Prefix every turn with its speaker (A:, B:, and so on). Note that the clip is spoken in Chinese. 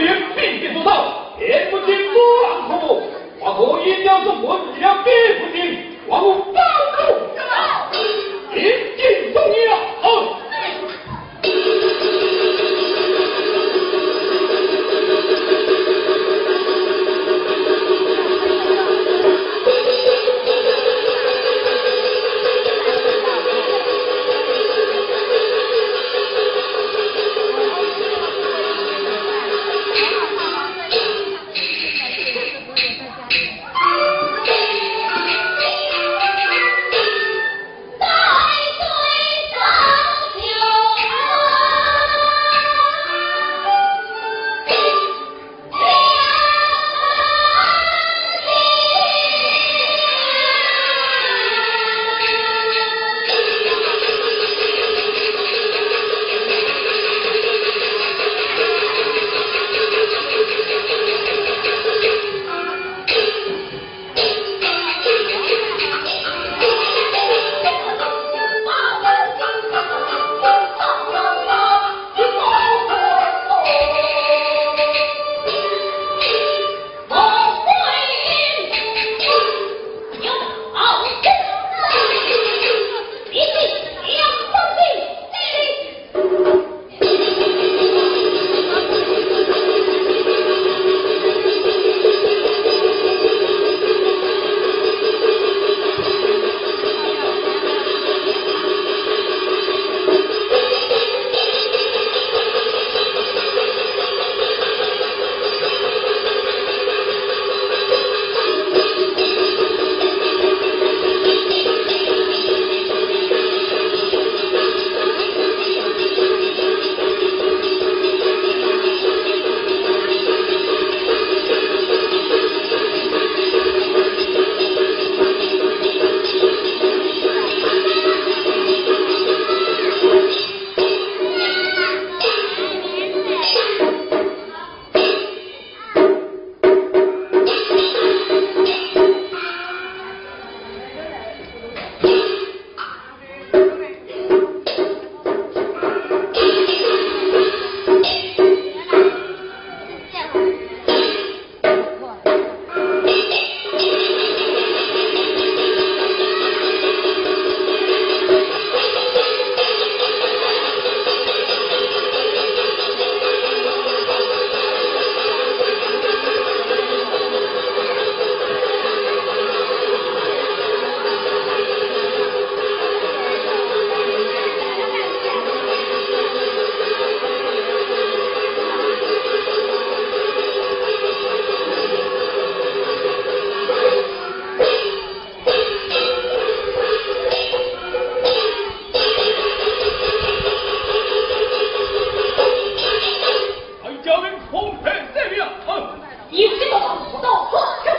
A: 人必须做到，言不惊波浪阔步，华佗因妖送魂，要必不惊，王母暴怒，临近中医了，哦。
B: 待对照就安，两岸心。Thank you.
A: 还叫人从天这里啊！
B: 一个到破城